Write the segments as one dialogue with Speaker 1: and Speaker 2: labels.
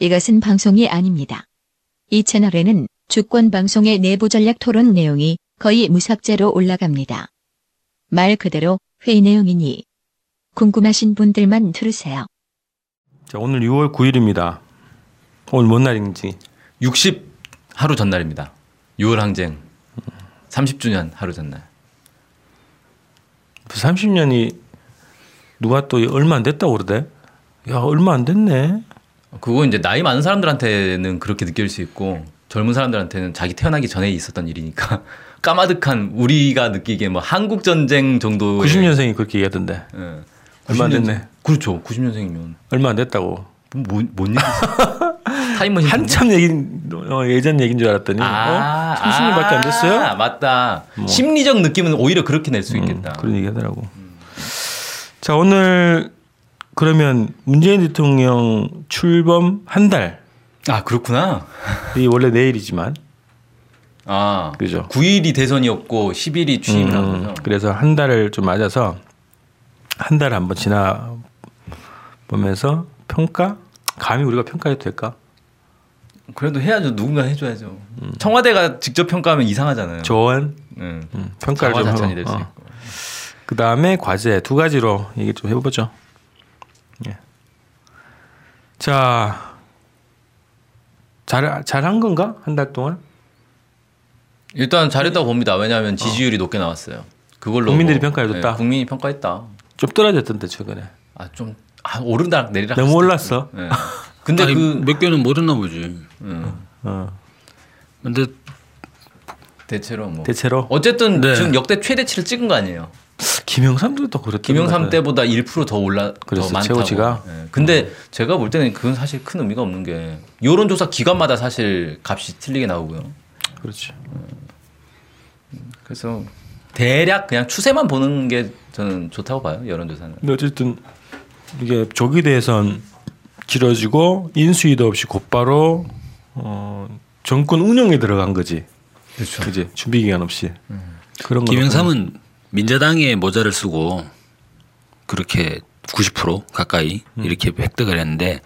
Speaker 1: 이것은 방송이 아닙니다. 이 채널에는 주권 방송의 내부 전략 토론 내용이 거의 무삭제로 올라갑니다. 말 그대로 회의 내용이니 궁금하신 분들만 들으세요.
Speaker 2: 자, 오늘 6월 9일입니다. 오늘 뭔 날인지.
Speaker 3: 60 하루 전날입니다. 6월 항쟁 30주년 하루 전날.
Speaker 2: 그 30년이 누가 또 얼마 안 됐다고 그러대? 야, 얼마 안 됐네.
Speaker 3: 그거 이제 나이 많은 사람들한테는 그렇게 느낄 수 있고 젊은 사람들한테는 자기 태어나기 전에 있었던 일이니까 까마득한 우리가 느끼기에 뭐 한국 전쟁 정도
Speaker 2: 90년생이 그렇게 얘기하던데.
Speaker 3: 예.
Speaker 2: 얼마 안
Speaker 3: 90년
Speaker 2: 됐네.
Speaker 3: 그렇죠. 90년생이면
Speaker 2: 얼마 안 됐다고.
Speaker 3: 뭔, 뭔 얘기지? 타임머신
Speaker 2: 한참 얘기, 어, 예전 얘기인 줄 알았더니. 어? 30년밖에 안 됐어요? 뭐. 음,
Speaker 3: 아, 맞다. 심리적 느낌은 오히려 그렇게 낼 수 있겠다. 음.
Speaker 2: 그런 얘기 하더라고. 자, 오늘 그러면 문재인 대통령 출범 한 달이
Speaker 3: 아 그렇구나.
Speaker 2: 원래 내일이지만.
Speaker 3: 아
Speaker 2: 그죠.
Speaker 3: 9일이 대선이었고 10일이 취임이라고
Speaker 2: 음,
Speaker 3: 음,
Speaker 2: 그래서 한 달을 좀 맞아서 한 달 한번 지나 보면서 평가 감히 우리가 평가해도 될까?
Speaker 3: 그래도 해야죠. 누군가 해줘야죠.
Speaker 2: 음.
Speaker 3: 청와대가 직접 평가하면 이상하잖아요.
Speaker 2: 조언
Speaker 3: 음.
Speaker 2: 음, 평가를 좀
Speaker 3: 네. 자화자찬이
Speaker 2: 하고.
Speaker 3: 될수
Speaker 2: 어.
Speaker 3: 있고.
Speaker 2: 그 다음에 과제 두 가지로 얘기 좀 해보죠. 예. 자, 잘 잘한 건가 한 달 동안?
Speaker 3: 일단 잘했다고 봅니다. 왜냐하면 지지율이 높게 나왔어요. 그걸로
Speaker 2: 어. 국민들이
Speaker 3: 뭐,
Speaker 2: 평가해줬다?
Speaker 3: 예, 국민이 평가했다.
Speaker 2: 좀 떨어졌던데 최근에
Speaker 3: 아좀 아, 오르락 내리락.
Speaker 2: 너무 뭐-
Speaker 3: 했을
Speaker 2: 올랐어.
Speaker 3: 때. 예. 근데
Speaker 4: 아니,
Speaker 3: 그
Speaker 4: 몇 개는 모르나 보지. 예.
Speaker 3: 음,
Speaker 2: 어,
Speaker 4: 근데
Speaker 3: 대체로 뭐
Speaker 2: 대체로
Speaker 3: 어쨌든
Speaker 4: 네.
Speaker 3: 지금 역대 최대치를 찍은 거 아니에요.
Speaker 2: 김영삼도 또 그랬던
Speaker 3: 김영삼 때보다 1%더 올라
Speaker 2: 네. 그랬어,
Speaker 3: 더 많다고.
Speaker 2: 최고치가? 어.
Speaker 3: 예. 근데 제가 볼 때는 그건 사실 큰 의미가 없는 게 여론조사 기간마다 사실 값이 틀리게 나오고요.
Speaker 2: 그렇지.
Speaker 3: 그래서 대략 그냥 추세만 보는 게 저는 좋다고 봐요 여론조사는.
Speaker 2: 근데 어쨌든 이게 조기 대선 길어지고 인수위도 없이 곧바로 어, 정권 운영에 들어간 거지. 그렇죠. 그지 준비 기간 없이 그런 거.
Speaker 4: 음. 김영삼은 민자당의 모자를 쓰고 그렇게 90% 가까이 이렇게 획득을 했는데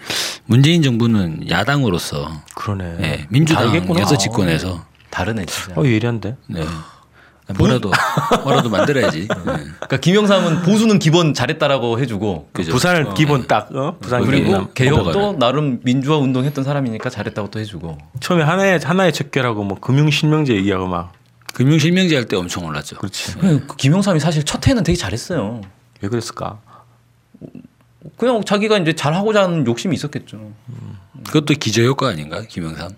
Speaker 4: 문재인 정부는 야당으로서
Speaker 2: 그러네.
Speaker 4: 예, 민주당
Speaker 2: 다르겠구나.
Speaker 4: 여섯 집권에서
Speaker 3: 다르네 진짜.
Speaker 2: 어 예리한데.
Speaker 4: 네. 뭐라도 뭐라도 만들어야지. 네.
Speaker 3: 그러니까 김영삼은 보수는 기본 잘했다라고 해주고
Speaker 4: 그죠. 예.
Speaker 2: 부산을 기본 딱 어? 부산
Speaker 4: 그리고
Speaker 2: 기본.
Speaker 3: 그리고 개혁도
Speaker 4: 뽑아가요.
Speaker 3: 나름 민주화 운동했던 사람이니까 잘했다고 또 해주고
Speaker 2: 처음에 하나의 하나의 척결하고 뭐 금융 실명제 얘기하고 막
Speaker 4: 금융 실명제 할 때 엄청 올랐죠.
Speaker 2: 그렇지.
Speaker 3: 그냥 그 김영삼이 사실 첫 해는 되게 잘했어요.
Speaker 2: 왜 그랬을까?
Speaker 3: 그냥 자기가 이제 잘하고자 하는 욕심이 있었겠죠.
Speaker 4: 그것도 기저효과 아닌가? 김영삼.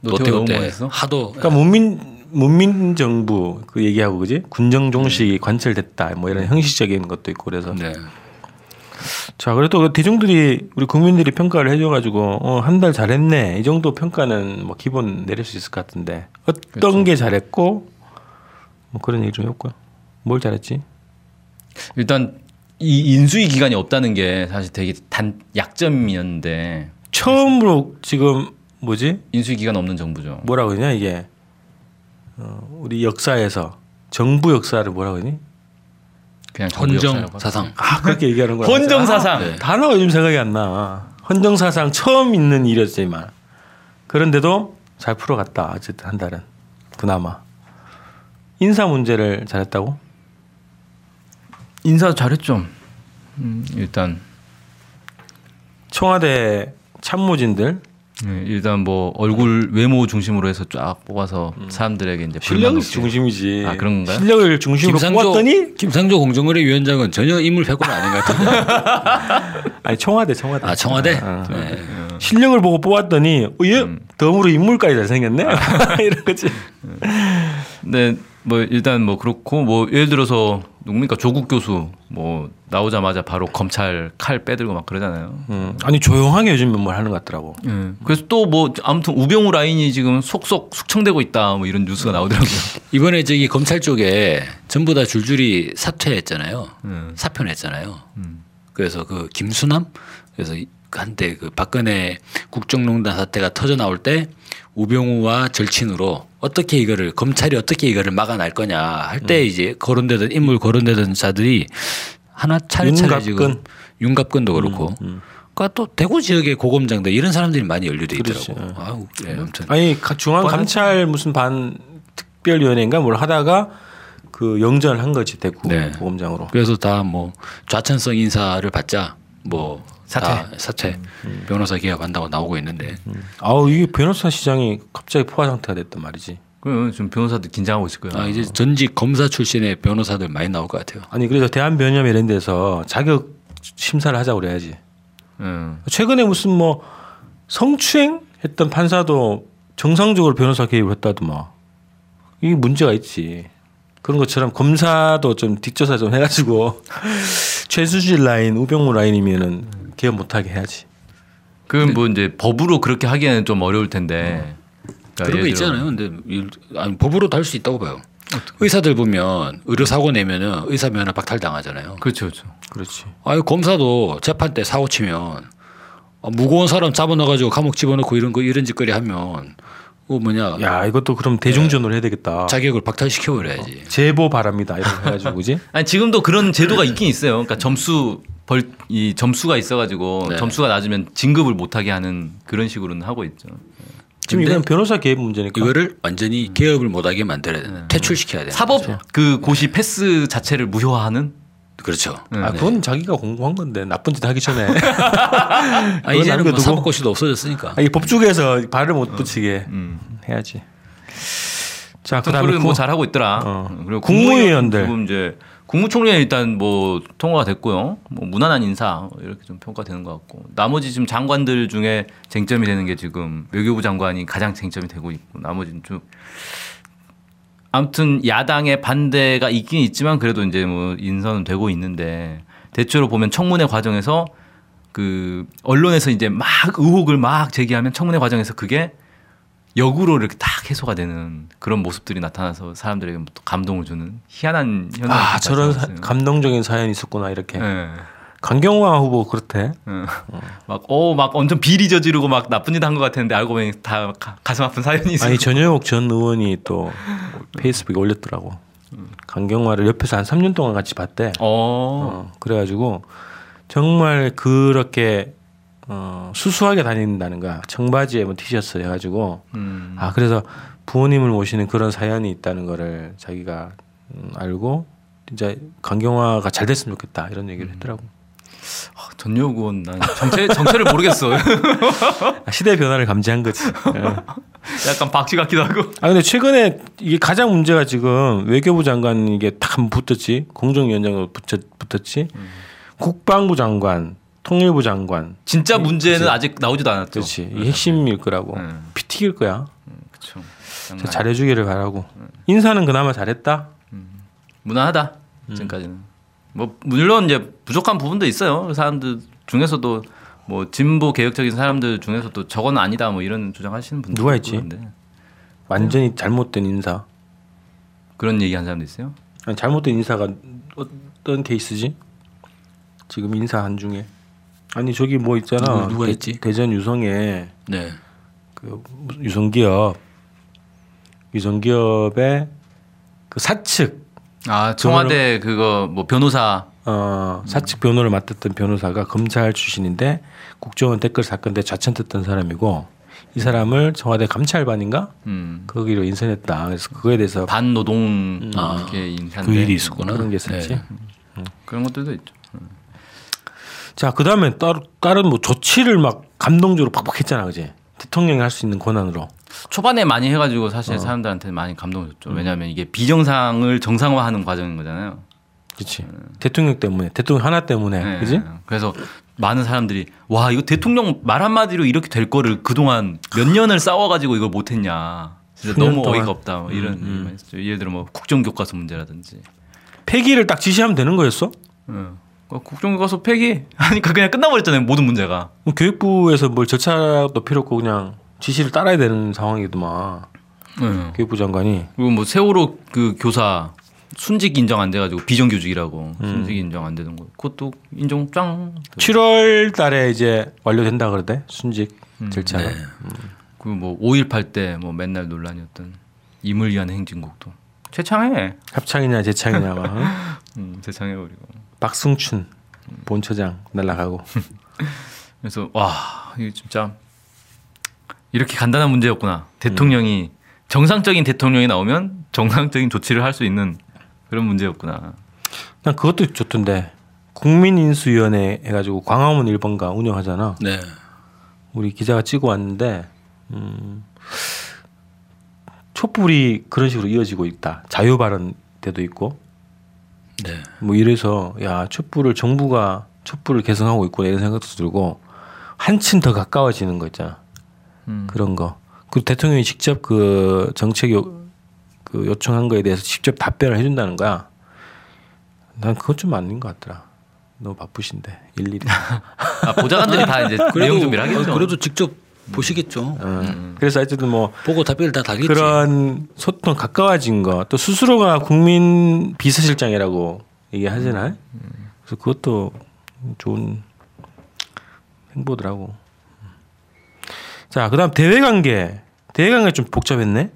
Speaker 3: 노태우
Speaker 4: 노태우
Speaker 3: 너무
Speaker 4: 때
Speaker 3: 멋있어?
Speaker 4: 하도
Speaker 2: 그러니까 문민 문민 정부 그 얘기하고 그지 군정 종식이 관철됐다 뭐 이런 형식적인 것도 있고 그래서
Speaker 4: 네.
Speaker 2: 자, 그래도 대중들이 우리 국민들이 평가를 해줘가지고 어, 한 달 잘했네 이 정도 평가는 뭐 기본 내릴 수 있을 것 같은데 어떤
Speaker 3: 그렇죠.
Speaker 2: 게 잘했고 뭐 그런 얘기 좀 해볼까? 뭘 잘했지?
Speaker 3: 일단 이 인수위 기간이 없다는 게 사실 되게 단 약점이었는데
Speaker 2: 처음으로 지금 뭐지
Speaker 3: 인수위 기간 없는 정부죠.
Speaker 2: 뭐라고 그러냐 이게 어, 우리 역사에서 정부 역사를 뭐라고 그러니?
Speaker 3: 그냥 정부
Speaker 4: 헌정
Speaker 3: 역사라고
Speaker 4: 사상.
Speaker 2: 아 그렇게 얘기하는 거야.
Speaker 3: 하죠. 헌정 사상.
Speaker 4: 네.
Speaker 2: 단어가 요즘 생각이 안 나. 헌정사상 처음 있는 일이었지만 그런데도 잘 풀어갔다. 어쨌든 한 달은 그나마 인사 문제를 잘했다고?
Speaker 3: 인사 잘했죠. 음, 일단
Speaker 2: 청와대 참모진들
Speaker 3: 네, 일단 뭐 얼굴 외모 중심으로 해서 쫙 뽑아서
Speaker 4: 음.
Speaker 3: 사람들에게 이제
Speaker 2: 실력
Speaker 3: 불만을
Speaker 2: 중심이지.
Speaker 3: 아, 그런 건가요?
Speaker 2: 실력을 중심으로 뽑았더니
Speaker 4: 김상조 공정거래위원장은 전혀 인물 패권 아닌 것 같은데.
Speaker 2: 아니 청와대 청와대
Speaker 4: 아 청와대.
Speaker 2: 아, 아.
Speaker 4: 네.
Speaker 2: 실력을 보고 뽑았더니 어, 얘
Speaker 3: 음.
Speaker 2: 덤으로 인물까지 잘생겼네
Speaker 3: 아.
Speaker 2: 이런 거지.
Speaker 3: 네, 뭐 일단 뭐 그렇고 뭐 예를 들어서 누굽니까 조국 교수 뭐 나오자마자 바로 검찰 칼 빼들고 막 그러잖아요.
Speaker 2: 음, 아니 조용하게 요즘에 뭘 하는 것 같더라고.
Speaker 3: 예. 그래서 또 뭐 아무튼 우병우 라인이 지금 속속 숙청되고 있다 뭐 이런 뉴스가 나오더라고요.
Speaker 4: 이번에 저기 검찰 쪽에 전부 다 줄줄이 사퇴했잖아요.
Speaker 3: 네, 음.
Speaker 4: 사표냈잖아요. 그래서 그 김수남 그래서 이- 한때 그 박근혜 국정농단 사태가 터져 나올 때 우병우와 절친으로 어떻게 이거를 검찰이 어떻게 이거를 막아낼 거냐 할 때 이제 거론되던 인물 거론되던 자들이 하나 차례차례 지금
Speaker 2: 윤갑근.
Speaker 4: 윤갑근도 그렇고 그러니까 또 대구 지역의 고검장들 이런 사람들이 많이 연루돼 있더라고.
Speaker 2: 그렇지.
Speaker 4: 아, 예, 아무튼
Speaker 2: 네. 아니 가- 중앙 감찰 무슨 반 특별위원회인가 뭘 하다가 그 영전을 한 거지 대구
Speaker 4: 네.
Speaker 2: 고검장으로.
Speaker 4: 그래서 다 뭐 좌천성 인사를 받자 뭐
Speaker 3: 사퇴.
Speaker 4: 다 사퇴 변호사 개업한다고 나오고 있는데
Speaker 2: 아우 이게 변호사 시장이 갑자기 포화 상태가 됐단 말이지.
Speaker 3: 그럼 지금 변호사들 긴장하고 있을 거예요.
Speaker 4: 아, 이제 전직 검사 출신의 변호사들 많이 나올 것 같아요.
Speaker 2: 아니 그래서 대한변협 이런 데서 자격 심사를 하자 고 그래야지.
Speaker 3: 음.
Speaker 2: 최근에 무슨 뭐 성추행 했던 판사도 정상적으로 변호사 개입을 했다더만. 이게 문제가 있지. 그런 것처럼 검사도 좀 뒷조사 좀 해가지고 최수진 라인, 우병우 라인이면은 개업 못하게 해야지.
Speaker 3: 그럼 뭐 이제 법으로 그렇게 하기에는 좀 어려울 텐데. 그러니까
Speaker 4: 그런 거
Speaker 3: 예를 들어
Speaker 4: 있잖아요. 근데 일- 아니, 법으로도 할 수 있다고 봐요. 의사들 보면 의료 사고 내면은 의사 면허 박탈 당하잖아요.
Speaker 3: 그렇죠, 그렇죠.
Speaker 2: 그렇지.
Speaker 4: 아유 검사도 재판 때 사고 치면 어, 무거운 사람 잡아넣어가지고 감옥 집어넣고 이런 거 이런 짓거리 하면 그 뭐냐
Speaker 2: 야 이것도 그럼 대중전으로 해야 되겠다.
Speaker 4: 자격을
Speaker 3: 어.
Speaker 4: 박탈시켜버려야지.
Speaker 2: 제보 바랍니다. 이렇게 해가지고 그지?
Speaker 3: 아니 지금도
Speaker 2: 네.
Speaker 3: 그런 제도가 있긴 있어요. 그러니까 점수 벌 이 점수가 있어가지고
Speaker 4: 네.
Speaker 3: 점수가 낮으면 진급을 못하게 하는 그런 식으로는 하고 있죠.
Speaker 2: 지금
Speaker 4: 근데
Speaker 2: 이건 변호사 개입 문제니까.
Speaker 4: 이거를 완전히 개업을 못하게 만들어야 돼.
Speaker 2: 네,
Speaker 4: 퇴출시켜야 돼.
Speaker 3: 음. 사법
Speaker 2: 그렇죠.
Speaker 3: 그 고시 패스 자체를 무효화하는.
Speaker 4: 그렇죠.
Speaker 3: 음.
Speaker 2: 아 그건 자기가 공부한 건데 나쁜 짓 하기 전에.
Speaker 4: 아
Speaker 2: 그건
Speaker 4: 이제는 뭐
Speaker 2: 남겨두고.
Speaker 4: 사법고시도 없어졌으니까.
Speaker 2: 아, 이 법조계에서 발을 못 붙이게 해야지. 자 음. 그다음에
Speaker 3: 그걸 뭐
Speaker 2: 구-
Speaker 3: 잘하고 있더라. 음,
Speaker 2: 어.
Speaker 3: 그리고
Speaker 2: 국무위원들.
Speaker 3: 지금 이제 국무총리는 일단 뭐 통과가 됐고요. 뭐 무난한 인사 이렇게 좀 평가되는 것 같고 나머지 지금 장관들 중에 쟁점이 되는 게 지금 외교부 장관이 가장 쟁점이 되고 있고 나머지는 쭉 아무튼 야당의 반대가 있긴 있지만 그래도 이제 뭐 인선은 되고 있는데 대체로 보면 청문회 과정에서 그 언론에서 이제 막 의혹을 막 제기하면 청문회 과정에서 그게 역으로 이렇게 딱 해소가 되는 그런 모습들이 나타나서 사람들에게 또 감동을 주는 희한한 현상.
Speaker 2: 아 저런 사- 예. 감동적인 사연이 있었구나
Speaker 3: 네.
Speaker 2: 이렇게. 강경화 후보 그렇대. 어.
Speaker 3: 막어막 엄청 비리 저지르고 막 나쁜 짓 한 것 같았는데 알고 보니 다 가- 가슴 아픈 사연이 있어.
Speaker 2: 아니 전영욱 전 의원이 또 페이스북에 올렸더라고. 강경화를 옆에서 한 3년 동안 같이 봤대.
Speaker 3: 어.
Speaker 2: 어, 그래가지고 정말 그렇게 어, 수수하게 다닌다는 거야. 청바지에 뭐 티셔츠 해가지고
Speaker 3: 음.
Speaker 2: 아 그래서 부모님을 모시는 그런 사연이 있다는 거를 자기가 음, 알고 진짜 강경화가 잘 됐으면 좋겠다 이런 얘기를
Speaker 3: 음.
Speaker 2: 했더라고.
Speaker 3: 아, 전여우 의원 난 정체 정체를 모르겠어.
Speaker 2: 아, 시대의 변화를 감지한 거지. 예.
Speaker 3: 약간 박쥐 같기도 하고.
Speaker 2: 아 근데 최근에 이게 가장 문제가 지금 외교부 장관 이게 딱 한번 붙었지 공정위원장으로 붙였, 붙었지
Speaker 3: 음.
Speaker 2: 국방부 장관 통일부 장관
Speaker 3: 진짜 문제는 아직 나오지도 않았죠.
Speaker 2: 그렇지 이 핵심일 거라고
Speaker 3: 네.
Speaker 4: 음.
Speaker 2: 피튀길 거야
Speaker 3: 그렇죠.
Speaker 2: 진짜 잘해주기를 바라고
Speaker 4: 음.
Speaker 2: 인사는 그나마 잘했다
Speaker 3: 무난하다 지금까지는 뭐 물론 이제 부족한 부분도 있어요 그 사람들 중에서도 뭐 진보 개혁적인 사람들 중에서도 저건 아니다 뭐 이런 주장하시는 분들
Speaker 2: 누가 있지?
Speaker 3: 그런데
Speaker 4: 음.
Speaker 2: 완전히 잘못된 인사
Speaker 3: 그런 얘기한 사람도 있어요
Speaker 2: 아니, 잘못된 인사가 어떤 케이스지 지금 인사 한 중에 아니 저기 뭐 있잖아
Speaker 4: 누구, 누가
Speaker 2: 대-
Speaker 4: 있지?
Speaker 2: 대전 유성에
Speaker 4: 네.
Speaker 2: 그 유성기업 유성기업의 그 사측
Speaker 3: 아 청와대 그거 뭐 변호사
Speaker 2: 어
Speaker 4: 음.
Speaker 2: 사측 변호를 맡았던 변호사가 검찰 출신인데 국정원 댓글 사건 때 좌천됐던 사람이고 이 사람을 청와대 감찰반인가
Speaker 3: 음,
Speaker 2: 거기로 인선했다 그래서 그거에 대해서
Speaker 3: 반노동 뭐
Speaker 4: 아,
Speaker 3: 이렇게 인사인데
Speaker 4: 그 일이 있었구나.
Speaker 2: 그런 게 있었지
Speaker 4: 네.
Speaker 3: 그런 것들도 있죠
Speaker 2: 자 그다음에 따로 다른 뭐 조치를 막 감동적으로 팍팍 했잖아 그지 대통령이 할 수 있는 권한으로
Speaker 3: 초반에 많이 해가지고 사실 사람들한테 많이 감동을 줬죠 왜냐하면 이게 비정상을 정상화하는 과정인 거잖아요
Speaker 2: 그치 대통령 때문에 대통령 하나 때문에
Speaker 3: 네.
Speaker 2: 그지
Speaker 3: 그래서 많은 사람들이 와 이거 대통령 말 한마디로 이렇게 될 거를 그동안 몇 년을 싸워가지고 이걸 못했냐 진짜
Speaker 2: 수년
Speaker 3: 너무
Speaker 2: 동안. 음,
Speaker 3: 어이가 없다 뭐 이런 얘기만 했었죠. 예를 들어 뭐 국정교과서 문제라든지
Speaker 2: 폐기를 딱 지시하면 되는 거였어 음.
Speaker 3: 응. 어, 국정교과서 폐기 하니까 그냥 끝나버렸잖아요 모든 문제가
Speaker 2: 그럼 교육부에서 뭘 절차도 필요 없고 그냥 지시를 따라야 되는 상황이더만
Speaker 3: 응.
Speaker 2: 교육부 장관이
Speaker 3: 그리고 뭐 세월호 그 교사 순직 인정 안 돼가지고 비정규직이라고
Speaker 2: 음.
Speaker 3: 순직 인정 안 되는 거 그것도 인정 짱
Speaker 2: 7월 달에 이제 완료된다 그러대 순직
Speaker 4: 음,
Speaker 2: 절차가
Speaker 4: 네.
Speaker 3: 그리고 뭐 5.18 때 뭐 맨날 논란이었던 임을 위한 행진곡도 최창해
Speaker 2: 합창이냐 재창이냐 막 응?
Speaker 3: 음, 재창해버리고
Speaker 2: 박승춘 본처장 날라가고
Speaker 3: 그래서 와 이게 진짜 이렇게 간단한 문제였구나. 대통령이
Speaker 4: 음.
Speaker 3: 정상적인 대통령이 나오면 정상적인 조치를 할 수 있는 그런 문제였구나.
Speaker 2: 난 그것도 좋던데 국민인수위원회 해가지고 광화문 1번가 운영하잖아.
Speaker 4: 네.
Speaker 2: 우리 기자가 찍어 왔는데 음, 촛불이 그런 식으로 이어지고 있다. 자유 발언 때도 있고
Speaker 4: 네.
Speaker 2: 뭐 이래서 야 촛불을 정부가 촛불을 개선하고 있구나 이런 생각도 들고 한층 더 가까워지는 거 있잖아.
Speaker 3: 음.
Speaker 2: 그런 거. 그 대통령이 직접 그 정책 요, 그 요청한 거에 대해서 직접 답변을 해준다는 거야. 난 그것 좀 아닌 것 같더라. 너무 바쁘신데 일일이.
Speaker 3: 아, 보좌관들이 다 이제 내용 준비를 하겠죠. 음.
Speaker 4: 어, 그래도 직접 보시겠죠.
Speaker 2: 어. 그래서 하여튼 뭐
Speaker 4: 보고 답변을 다 다겠지.
Speaker 2: 그런 소통 가까워진 거 또 스스로가 국민 비서실장이라고 얘기하잖아요. 그래서 그것도 좋은 행보더라고. 자 그다음 대외관계 대외관계 좀 복잡했네.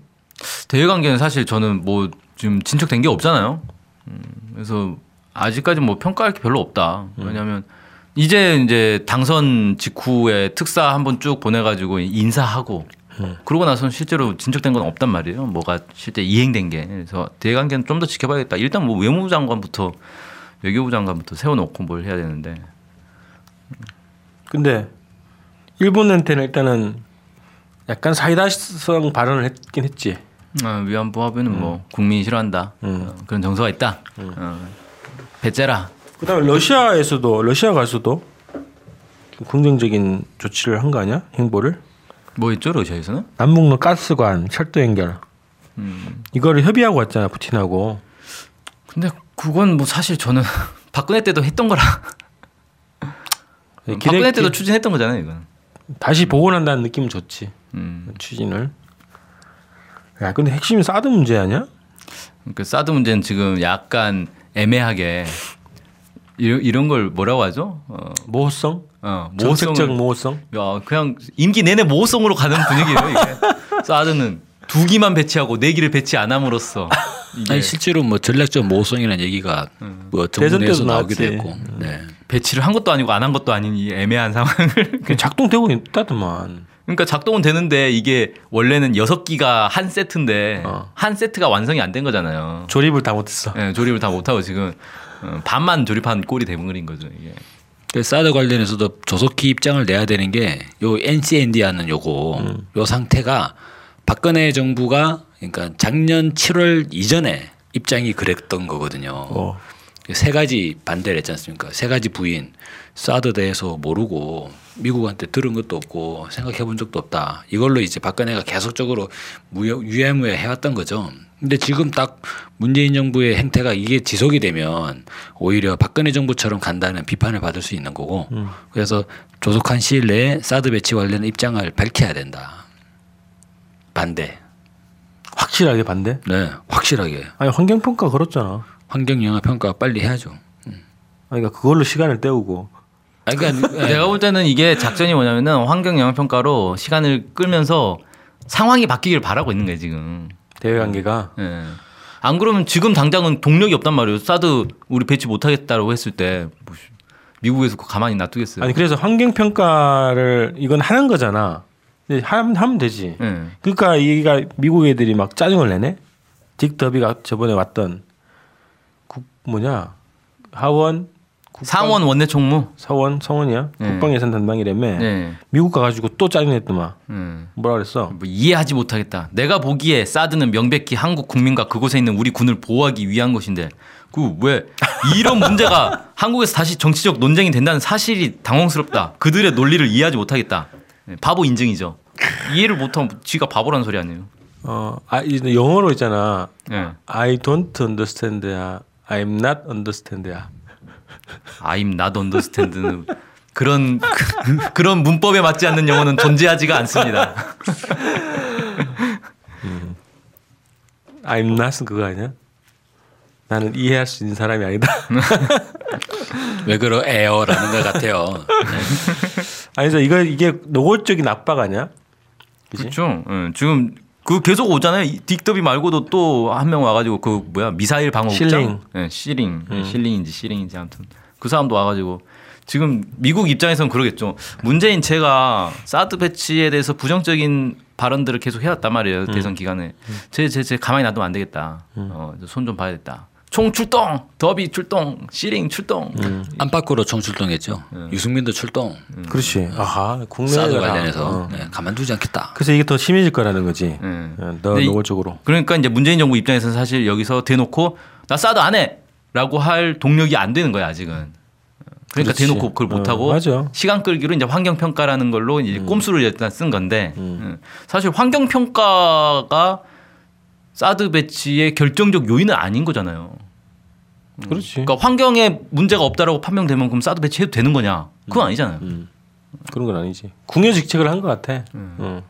Speaker 3: 대외 관계는 사실 저는 뭐 지금 진척된 게 없잖아요. 음, 그래서 아직까지 뭐 평가할 게 별로 없다. 왜냐하면 이제 이제 당선 직후에 특사 한번 쭉 보내가지고 인사하고 그러고 나서는 실제로 진척된 건 없단 말이에요. 뭐가 실제 이행된 게 그래서 대외 관계는 좀 더 지켜봐야겠다. 일단 뭐 외무부 장관부터 외교부 장관부터 세워놓고 뭘 해야 되는데
Speaker 2: 근데 일본한테는 일단은 약간 사이다성 발언을 했긴 했지.
Speaker 3: 아, 위안부 합의는 뭐 국민이 싫어한다
Speaker 2: 음.
Speaker 3: 어, 그런 정서가 있다. 어, 배째라
Speaker 2: 그다음에 러시아에서도 러시아 가서도 좀 긍정적인 조치를 한 거 아니야? 행보를?
Speaker 3: 뭐 있죠 러시아에서는?
Speaker 2: 남북로 가스관 철도 연결
Speaker 3: 음.
Speaker 2: 이거를 협의하고 왔잖아 푸틴하고
Speaker 3: 근데 그건 뭐 사실 저는 박근혜 때도 했던 거라
Speaker 2: 음, 기대-
Speaker 3: 음, 박근혜 때도
Speaker 2: 기-
Speaker 3: 추진했던 거잖아요 이건
Speaker 2: 다시 복원한다는 느낌은 좋지
Speaker 3: 음.
Speaker 2: 추진을 야 근데 핵심이 사드 문제 아니야?
Speaker 3: 그 사드 문제는 지금 약간 애매하게 이런, 이런 걸 뭐라고 하죠 어,
Speaker 2: 모호성?
Speaker 3: 어,
Speaker 2: 정책적
Speaker 3: 모호성을
Speaker 2: 모호성?
Speaker 3: 야, 그냥 임기 내내 모호성으로 가는 분위기예요 이게 사드는 두 기만 배치하고 네 기를 배치 안 함으로써 이게 음.
Speaker 4: 아니 실제로 뭐 전략적 모호성이라는 얘기가 뭐
Speaker 2: 대선 때도
Speaker 4: 정부에서 나오기도
Speaker 2: 나왔지. 음.
Speaker 4: 했고. 네.
Speaker 3: 배치를 한 것도 아니고 안 한 것도 아닌 이 애매한 상황을
Speaker 2: 그게 작동되고 있다더만
Speaker 3: 그러니까 작동은 되는데 이게 원래는 여섯 기가 한 세트인데
Speaker 2: 어.
Speaker 3: 한 세트가 완성이 안 된 거잖아요.
Speaker 2: 조립을 다 못했어
Speaker 3: 예, 조립을 다 못하고 지금 어, 반만 조립한 꼴이 대부분인 거죠. 이게.
Speaker 4: 그 사드 관련해서도 조속히 입장을 내야 되는 게 요 NCND 하는 요거
Speaker 2: 음.
Speaker 4: 요 상태가 박근혜 정부가 그러니까 작년 7월 이전에 입장이 그랬던 거거든요.
Speaker 2: 어.
Speaker 4: 세 가지 반대를 했지 않습니까? 세 가지 부인. 사드 대해서 모르고 미국한테 들은 것도 없고 생각해 본 적도 없다. 이걸로 이제 박근혜가 계속적으로 무여- 유야무야 해왔던 거죠. 근데 지금 딱 문재인 정부의 행태가 이게 지속이 되면 오히려 박근혜 정부처럼 간다는 비판을 받을 수 있는 거고 그래서 조속한 시일 내에 사드 배치 관련 입장을 밝혀야 된다. 반대.
Speaker 2: 확실하게 반대?
Speaker 4: 네, 확실하게
Speaker 2: 아니 환경평가 걸었잖아
Speaker 4: 환경 영향 평가 빨리 해야죠.
Speaker 2: 아니, 그러니까 그걸로 시간을 때우고
Speaker 4: 아, 그러니까
Speaker 3: 네. 내가 볼 때는 이게 작전이 뭐냐면은 환경 영향 평가로 시간을 끌면서 상황이 바뀌길 바라고 있는 거예요 지금.
Speaker 2: 대외관계가
Speaker 3: 예. 안 그러면 지금 당장은 동력이 없단 말이에요. 사드 우리 배치 못하겠다라고 했을 때 뭐, 미국에서 그거 가만히 놔두겠어요.
Speaker 2: 아니 그래서 환경평가를 이건 하는 거잖아 근데 하면, 하면 되지
Speaker 3: 예.
Speaker 2: 그러니까 이가 미국 애들이 막 짜증을 내네. 딕 더비가 저번에 왔던 국 뭐냐 하원
Speaker 3: 상원 원내 총무.
Speaker 2: 사원 성원이야
Speaker 3: 네.
Speaker 2: 국방 예산 담당이라며
Speaker 4: 네.
Speaker 3: 예.
Speaker 2: 미국 가가지고 또 짜증냈더만
Speaker 3: 음.
Speaker 2: 뭐라 그랬어?
Speaker 3: 뭐 이해하지 못하겠다. 내가 보기에 사드는 명백히 한국 국민과 그곳에 있는 우리 군을 보호하기 위한 것인데 그 왜 이런 문제가 한국에서 다시 정치적 논쟁이 된다는 사실이 당황스럽다. 그들의 논리를 이해하지 못하겠다. 네, 바보 인증이죠. 이해를 못하면 지가 바보라는 소리 아니에요.
Speaker 2: 어아 이제 영어로 있잖아.
Speaker 3: 예.
Speaker 2: I don't understand야. I'm not understand야.
Speaker 3: I'm not understand는 그런 그런 문법에 맞지 않는 영어는 존재하지가 않습니다.
Speaker 2: I'm not 그거 아니야? 나는 이해할 수 있는 사람이 아니다.
Speaker 4: 왜 그러에요라는 것 같아요.
Speaker 2: 아니 저 이거 이게 노골적인 압박 아니야? 그지?
Speaker 3: 그렇죠. 예, 지금 그 계속 오잖아요. 이 딕더비 말고도 또 한 명 와가지고 그 뭐야 미사일 방어국장,
Speaker 2: 실링. 음.
Speaker 3: 예, 시링, 예, 실링인지 시링인지 아무튼 그 사람도 와가지고 지금 미국 입장에서는 그러겠죠. 문재인 제가 사드 배치에 대해서 부정적인 발언들을 계속
Speaker 2: 음.
Speaker 3: 해왔단 말이에요. 대선 기간에. 제, 제, 제 가만히 놔두면 안 되겠다. 어, 손 좀 봐야겠다. 총 출동! 더비 출동! 시링 출동!
Speaker 2: 음.
Speaker 4: 안팎으로 총 출동했죠. 유승민도 출동.
Speaker 2: 그렇지. 아하,
Speaker 4: 음. 사드
Speaker 2: 국내에
Speaker 4: 관련해서
Speaker 2: 어.
Speaker 4: 네, 가만두지 않겠다.
Speaker 2: 그래서 이게 더 심해질 거라는 거지.
Speaker 3: 네.
Speaker 2: 어, 더
Speaker 3: 근데 이-
Speaker 2: 노골적으로.
Speaker 3: 그러니까 이제 문재인 정부 입장에서는 사실 여기서 대놓고 나 사드 안 해! 라고 할 동력이 안 되는 거야, 아직은. 그러니까
Speaker 2: 그렇지.
Speaker 3: 대놓고 그걸
Speaker 2: 어,
Speaker 3: 못하고
Speaker 2: 맞아. 음.
Speaker 3: 시간 끌기로 이제 환경평가라는 걸로 이제 꼼수를 일단 쓴 건데 음. 사실 환경평가가 사드 배치의 결정적 요인은 아닌 거잖아요.
Speaker 2: 그렇지.
Speaker 3: 그러니까 환경에 문제가 없다라고 판명되면 그럼 사드 배치해도 되는 거냐? 그건 아니잖아요.
Speaker 2: 음. 그런 건 아니지. 궁여직책을 한 것 같아. 음.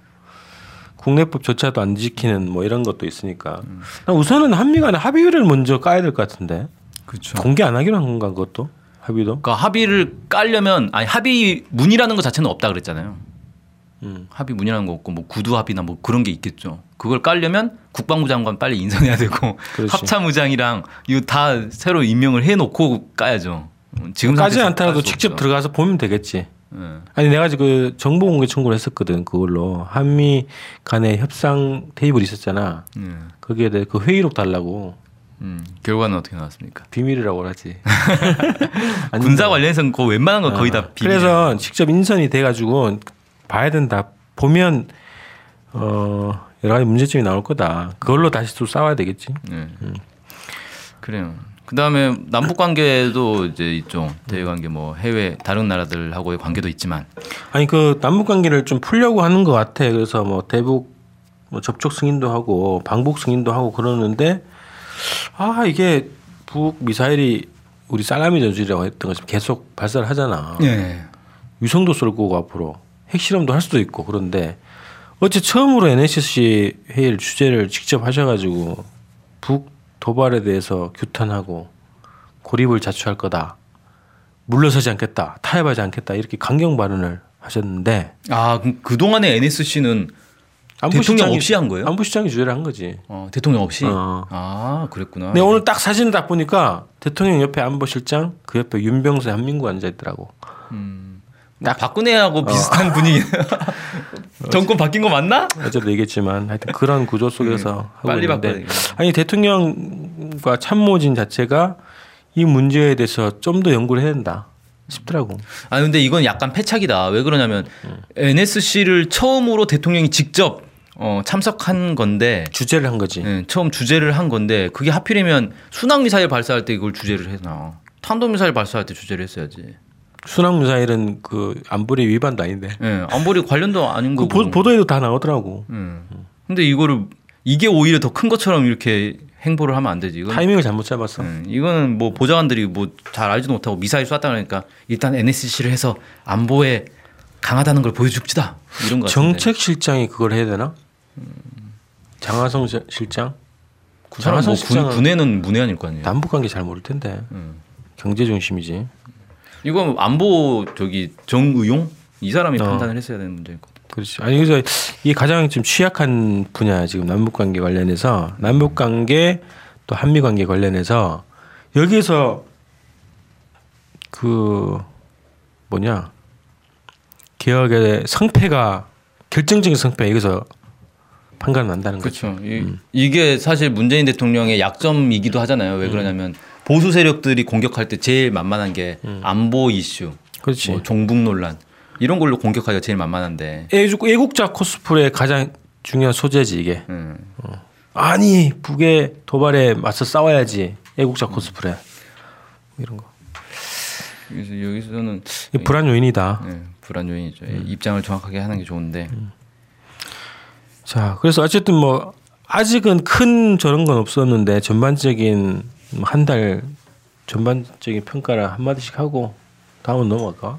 Speaker 2: 국내법조차도 안 지키는 뭐 이런 것도 있으니까.
Speaker 3: 음.
Speaker 2: 난 우선은 한미 간의 합의를 먼저 까야 될 것 같은데.
Speaker 3: 그렇죠.
Speaker 2: 공개 안 하기로 한 건가 그것도 합의도.
Speaker 3: 그러니까 합의를 깔려면 아니 합의 문이라는 것 자체는 없다 그랬잖아요.
Speaker 2: 음.
Speaker 3: 합의 문이라는 거 없고 뭐 구두 합의나 뭐 그런 게 있겠죠. 그걸 깔려면 국방부 장관 빨리 인선해야 되고
Speaker 2: 그렇지.
Speaker 3: 합참의장이랑 이거 다 새로 임명을 해놓고 까야죠. 음, 지금
Speaker 2: 까지
Speaker 3: 상태에서
Speaker 2: 않더라도
Speaker 3: 깔수
Speaker 2: 직접
Speaker 3: 없죠.
Speaker 2: 들어가서 보면 되겠지.
Speaker 3: 예.
Speaker 2: 아니 내가 지금 정보 공개 청구를 했었거든 그걸로 한미 간의 협상 테이블 있었잖아.
Speaker 3: 예.
Speaker 2: 거기에 대해 그 회의록 달라고
Speaker 3: 음, 결과는 어떻게 나왔습니까?
Speaker 2: 비밀이라고 하지. 아니,
Speaker 3: 군사 관련해서는 그 웬만한 건 거의 다 비밀.
Speaker 2: 아, 그래서 직접 인선이 돼가지고 봐야 된다. 보면 어 여러 가지 문제점이 나올 거다. 그걸로 다시 또 싸워야 되겠지.
Speaker 3: 네.
Speaker 2: 음.
Speaker 3: 그래요. 그다음에 남북 관계도 이제 있죠. 대외 관계 뭐 해외 다른 나라들하고의 관계도 있지만
Speaker 2: 아니 그 남북 관계를 좀 풀려고 하는 것 같아. 그래서 뭐 대북 뭐 접촉 승인도 하고 방북 승인도 하고 그러는데 아 이게 북 미사일이 우리 살라미 전술이라고 했던 것처럼 계속 발사를 하잖아.
Speaker 3: 예.
Speaker 2: 유성도 쏠 거고 앞으로 핵실험도 할 수도 있고 그런데 어제 처음으로 NSC 회의를 주제를 직접 하셔가지고 북 도발에 대해서 규탄하고 고립을 자초할 거다 물러서지 않겠다 타협하지 않겠다 이렇게 강경 발언을 하셨는데
Speaker 3: 아, 그럼 그동안에 NSC는 대통령 없이 한 거예요?
Speaker 2: 안보시장이 주제를 한 거지.
Speaker 3: 어, 대통령 없이?
Speaker 2: 어. 네,
Speaker 3: 아, 그랬구나.
Speaker 2: 근데 오늘 딱 사진을 딱 보니까 대통령 옆에 안보실장 그 옆에 윤병세 한민구 앉아 있더라고.
Speaker 3: 딱 박근혜하고
Speaker 2: 어.
Speaker 3: 비슷한 분위기. 정권 바뀐 거 맞나?
Speaker 2: 어제도 얘기했지만 하여튼 그런 구조 속에서 하고
Speaker 3: 음, 빨리
Speaker 2: 있는데
Speaker 3: 바꿔야 되겠네.
Speaker 2: 아니 대통령과 참모진 자체가 이 문제에 대해서 좀 더 연구를 해야 된다 싶더라고.
Speaker 3: 아 근데 이건 약간 패착이다. 왜 그러냐면 NSC를 처음으로 대통령이 직접 어, 참석한 건데
Speaker 2: 주제를 한 거지.
Speaker 3: 예, 처음 주제를 한 건데 그게 하필이면 순항 미사일 발사할 때 이걸 주제를 해놔. 탄도 미사일 발사할 때 주제를 했어야지.
Speaker 2: 순항 미사일은 그 안보리 위반도 아닌데.
Speaker 3: 예, 안보리 관련도 아닌
Speaker 2: 그
Speaker 3: 거고.
Speaker 2: 보, 보도에도 다 나오더라고.
Speaker 3: 예. 근데 이거를 이게 오히려 더 큰 것처럼 이렇게 행보를 하면 안 되지. 이건
Speaker 2: 타이밍을 잘못 잡았어.
Speaker 3: 예, 이거는 뭐 보좌관들이 뭐 잘 알지도 못하고 미사일 쐈다 그러니까 일단 NSC를 해서 안보에 강하다는 걸 보여줍시다. 이런 거 같은데. 음.
Speaker 2: 정책 실장이 그걸 해야 되나? 장하성 시- 실장?
Speaker 3: 그 사람 뭐
Speaker 2: 장하성 실장은
Speaker 3: 군, 군에는 문외한일 거 아니에요.
Speaker 2: 남북 관계 잘 모를 텐데.
Speaker 3: 음.
Speaker 2: 경제 중심이지.
Speaker 3: 이거 안보 저기 정의용 이 사람이
Speaker 2: 어.
Speaker 3: 판단을 했어야 되는 문제일 것 같아요.
Speaker 2: 그렇죠. 아니 그래서 이게 가장 좀 취약한 분야 지금 남북 관계 관련해서 남북 관계 또 한미 관계 관련해서 여기에서 그 뭐냐 개혁의 성패가 결정적인 성패가 여기서 판가름 난다는 거죠. 음.
Speaker 3: 그렇죠. 이, 이게 사실 문재인 대통령의 약점이기도 하잖아요.
Speaker 2: 음.
Speaker 3: 왜 그러냐면 보수 세력들이 공격할 때 제일 만만한 게 안보 이슈,
Speaker 2: 음. 그렇지.
Speaker 3: 뭐 종북 논란 이런 걸로 공격하기가 제일 만만한데.
Speaker 2: 애국- 애국자 코스프레 가장 중요한 소재지 이게.
Speaker 3: 음.
Speaker 2: 아니 북의 도발에 맞서 싸워야지 애국자 코스프레 뭐 이런 거.
Speaker 3: 그래서 여기서는
Speaker 2: 이게 불안 요인이다.
Speaker 3: 예, 불안 요인이죠. 예, 입장을 정확하게 하는 게 좋은데.
Speaker 2: 자, 그래서 어쨌든 뭐 아직은 큰 저런 건 없었는데 전반적인 한 달 전반적인 평가를 한 마디씩 하고 다음은 넘어갈까?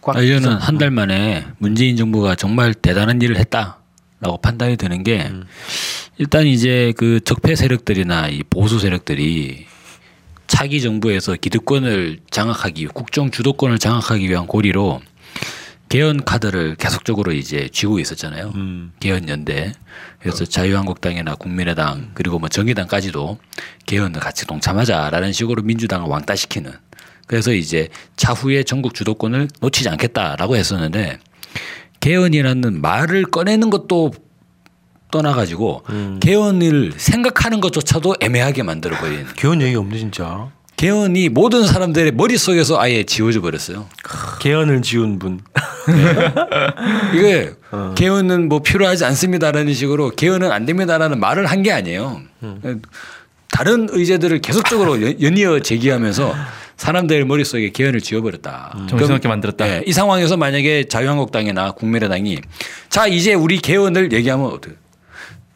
Speaker 2: 꽉
Speaker 4: 이거는 한 달 만에 문재인 정부가 정말 대단한 일을 했다라고 판단이 드는 게
Speaker 2: 음.
Speaker 4: 일단 이제 그 적폐 세력들이나 이 보수 세력들이 차기 정부에서 기득권을 장악하기 위해 국정 주도권을 장악하기 위한 고리로 개헌 카드를 계속적으로 이제 쥐고 있었잖아요.
Speaker 2: 음.
Speaker 4: 개헌 연대. 그래서 자유한국당이나 국민의당 그리고 뭐 정의당까지도 개헌을 같이 동참하자라는 식으로 민주당을 왕따시키는 그래서 이제 차후에 전국 주도권을 놓치지 않겠다라고 했었는데 개헌이라는 말을 꺼내는 것도 떠나가지고 개헌을 생각하는 것조차도 애매하게 만들어 버린
Speaker 2: 개헌 얘기 없네 진짜.
Speaker 4: 개헌이 모든 사람들의 머릿속에서 아예 지워져 버렸어요.
Speaker 2: 개헌을 지운 분.
Speaker 4: 이게
Speaker 3: 어.
Speaker 4: 개헌은 뭐 필요하지 않습니다라는 식으로 개헌은 안 됩니다라는 말을 한 게 아니에요.
Speaker 3: 음.
Speaker 4: 다른 의제들을 계속적으로 연- 연이어 제기하면서 사람들 머릿속에 개헌을 지워버렸다.
Speaker 3: 음. 정신없게
Speaker 4: 그럼,
Speaker 3: 만들었다.
Speaker 4: 예, 이 상황에서 만약에 자유한국당이나 국민의당이 자 이제 우리 개헌을 얘기하면 어때요?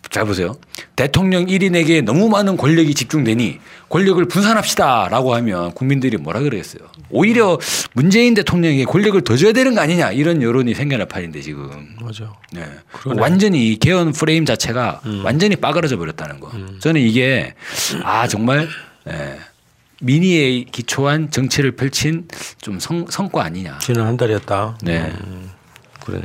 Speaker 4: 잘 보세요. 대통령 1인에게 너무 많은 권력이 집중되니 권력을 분산합시다라고 하면 국민들이 뭐라 그러겠어요. 오히려 문재인 대통령에게 권력을 더 줘야 되는 거 아니냐 이런 여론이 생겨날 판인데 지금.
Speaker 2: 맞아.
Speaker 4: 네. 완전히 이 개헌 프레임 자체가
Speaker 2: 음.
Speaker 4: 완전히 빠그러져 버렸다는 거. 저는 이게 아 정말 예, 민의에 기초한 정치를 펼친 좀 성, 성과 아니냐.
Speaker 2: 지난 한 달이었다.
Speaker 4: 네.
Speaker 2: 음, 그러네.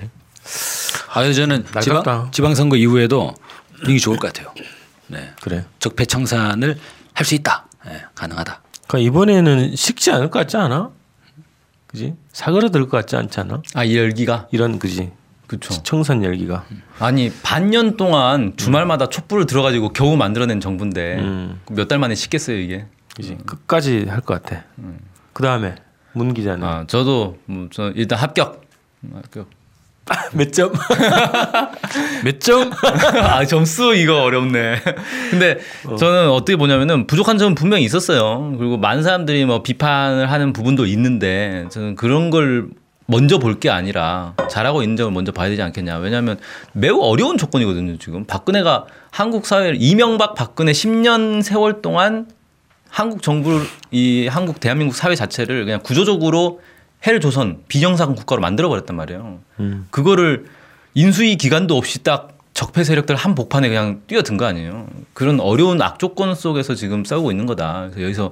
Speaker 4: 아유 저는
Speaker 2: 날카롭다.
Speaker 4: 지방, 지방선거 이후에도 분위기 좋을 것 같아요. 네.
Speaker 2: 그래.
Speaker 4: 적폐청산을 할 수 있다. 예, 가능하다.
Speaker 2: 그러니까 이번에는 식지 않을 것 같지 않아? 그지? 사그라들 것 같지 않잖아.
Speaker 3: 아, 이 열기가?
Speaker 2: 이런 그지?
Speaker 3: 그쵸.
Speaker 2: 청산 열기가.
Speaker 3: 아니, 반년 동안 주말마다 촛불을 들어가지고 겨우 만들어낸 정부인데
Speaker 2: 음.
Speaker 3: 몇 달 만에 식겠어요, 이게.
Speaker 2: 그지? 끝까지 할 것 같아. 그 다음에 문 기자는
Speaker 3: 아, 저도 뭐, 저 일단 합격. 합격.
Speaker 2: 몇 점?
Speaker 3: 몇 점? 아, 점수 이거 어렵네. 근데 저는 어떻게 보냐면은 부족한 점은 분명히 있었어요. 그리고 많은 사람들이 뭐 비판을 하는 부분도 있는데 저는 그런 걸 먼저 볼 게 아니라 잘하고 있는 점을 먼저 봐야 되지 않겠냐. 왜냐하면 매우 어려운 조건이거든요, 지금. 박근혜가 한국 사회를 이명박 박근혜 10년 세월 동안 한국 정부 이 한국 대한민국 사회 자체를 그냥 구조적으로 해를 조선 비정상 국가로 만들어 버렸단 말이에요. 그거를 인수위 기간도 없이 딱 적폐 세력들 한 복판에 그냥 뛰어든 거 아니에요. 그런 어려운 악조건 속에서 지금 싸우고 있는 거다. 그래서 여기서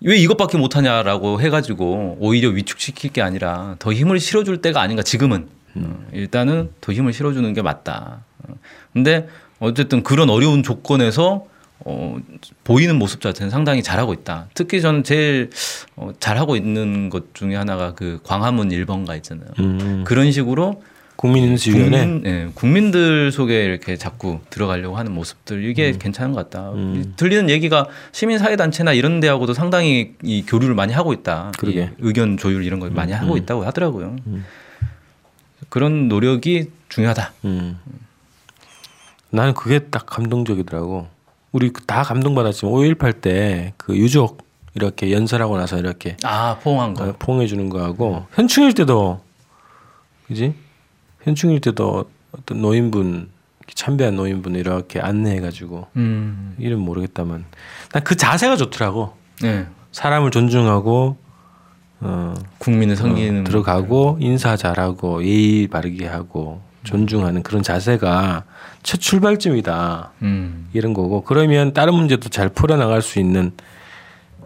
Speaker 3: 왜 이것밖에 못하냐라고 해가지고 오히려 위축시킬 게 아니라 더 힘을 실어줄 때가 아닌가 지금은 어, 일단은 더 힘을 실어주는 게 맞다. 어, 근데 어쨌든 그런 어려운 조건에서 어, 보이는 모습 자체는 상당히 잘하고 있다. 특히 저는 제일 어, 잘하고 있는 것 중에 하나가 그 광화문 1번가 있잖아요.
Speaker 2: 음.
Speaker 3: 그런 식으로
Speaker 2: 국민인수위원회.
Speaker 3: 국민, 예, 국민들 속에 이렇게 자꾸 들어가려고 하는 모습들 이게 괜찮은 것 같다.
Speaker 2: 음.
Speaker 3: 들리는 얘기가 시민사회단체나 이런 데하고도 상당히 이 교류를 많이 하고 있다. 이
Speaker 2: 그러게.
Speaker 3: 의견 조율 이런 걸 많이 하고
Speaker 2: 음.
Speaker 3: 있다고 하더라고요. 그런 노력이 중요하다.
Speaker 2: 음. 나는 그게 딱 감동적이더라고. 우리 그 다 감동받았지만 5.18 때 그 유족 이렇게 연설하고 나서 이렇게 어,
Speaker 3: 아 포옹한 거.
Speaker 2: 포옹해 주는 거하고 현충일 때도 그지? 현충일 때도 어떤 노인분 참배한 노인분 이렇게 안내해 가지고
Speaker 3: 음,
Speaker 2: 이름 모르겠다만 난 그 자세가 좋더라고.
Speaker 3: 예,
Speaker 2: 사람을 존중하고 어,
Speaker 3: 국민을
Speaker 4: 음.
Speaker 3: 섬기는
Speaker 2: 들어가고 인사 잘하고 예의 바르게 하고 존중하는 그런 자세가 첫 출발점이다
Speaker 3: 음,
Speaker 2: 이런 거고 그러면 다른 문제도 잘 풀어나갈 수 있는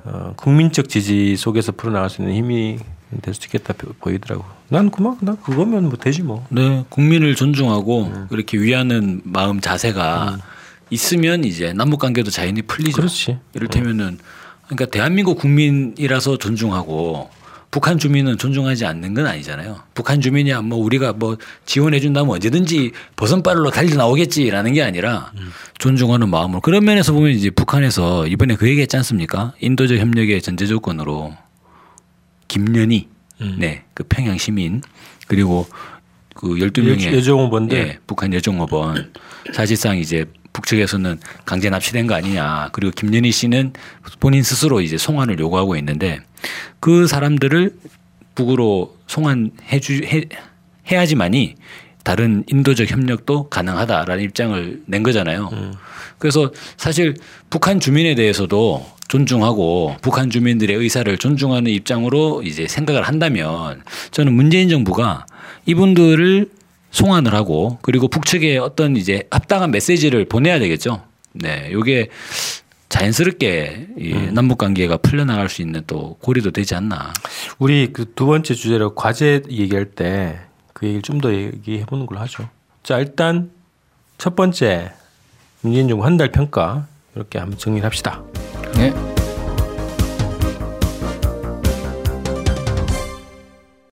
Speaker 2: 어, 국민적 지지 속에서 풀어나갈 수 있는 힘이 될 수 있겠다 보- 보이더라고 난 그만 난 그거면 뭐 되지 뭐
Speaker 4: 네, 국민을 존중하고 그렇게 위하는 마음 자세가 있으면 이제 남북 관계도 자연히 풀리죠.
Speaker 2: 그렇지.
Speaker 4: 이를테면은 그러니까 대한민국 국민이라서 존중하고 북한 주민은 존중하지 않는 건 아니잖아요. 북한 주민이야 뭐 우리가 뭐 지원해 준다면 언제든지 버선발로 달려 나오겠지라는 게 아니라
Speaker 3: 음.
Speaker 4: 존중하는 마음으로 그런 면에서 보면 이제 북한에서 이번에 그 얘기했지 않습니까? 인도적 협력의 전제 조건으로 김연희 네, 그 평양 시민 그리고 그 열두 명의
Speaker 2: 여- 여종업원들.
Speaker 4: 예, 북한 여종업원 사실상 이제 북측에서는 강제 납치된 거 아니냐 그리고 김연희 씨는 본인 스스로 이제 송환을 요구하고 있는데 그 사람들을 북으로 송환해 주 해, 해야지만이 다른 인도적 협력도 가능하다라는 입장을 낸 거잖아요. 그래서 사실 북한 주민에 대해서도 존중하고 북한 주민들의 의사를 존중하는 입장으로 이제 생각을 한다면 저는 문재인 정부가 이분들을 송환을 하고 그리고 북측에 어떤 이제 합당한 메시지를 보내야 되겠죠. 네, 요게 자연스럽게 이 남북 관계가 풀려나갈 수 있는 또 고리도 되지 않나.
Speaker 2: 우리 그 두 번째 주제로 과제 얘기할 때 그 얘기를 좀 더 얘기해 보는 걸로 하죠. 자, 일단 첫 번째 문재인 정부 한 달 평가 이렇게 한번 정리를 합시다.
Speaker 3: 네.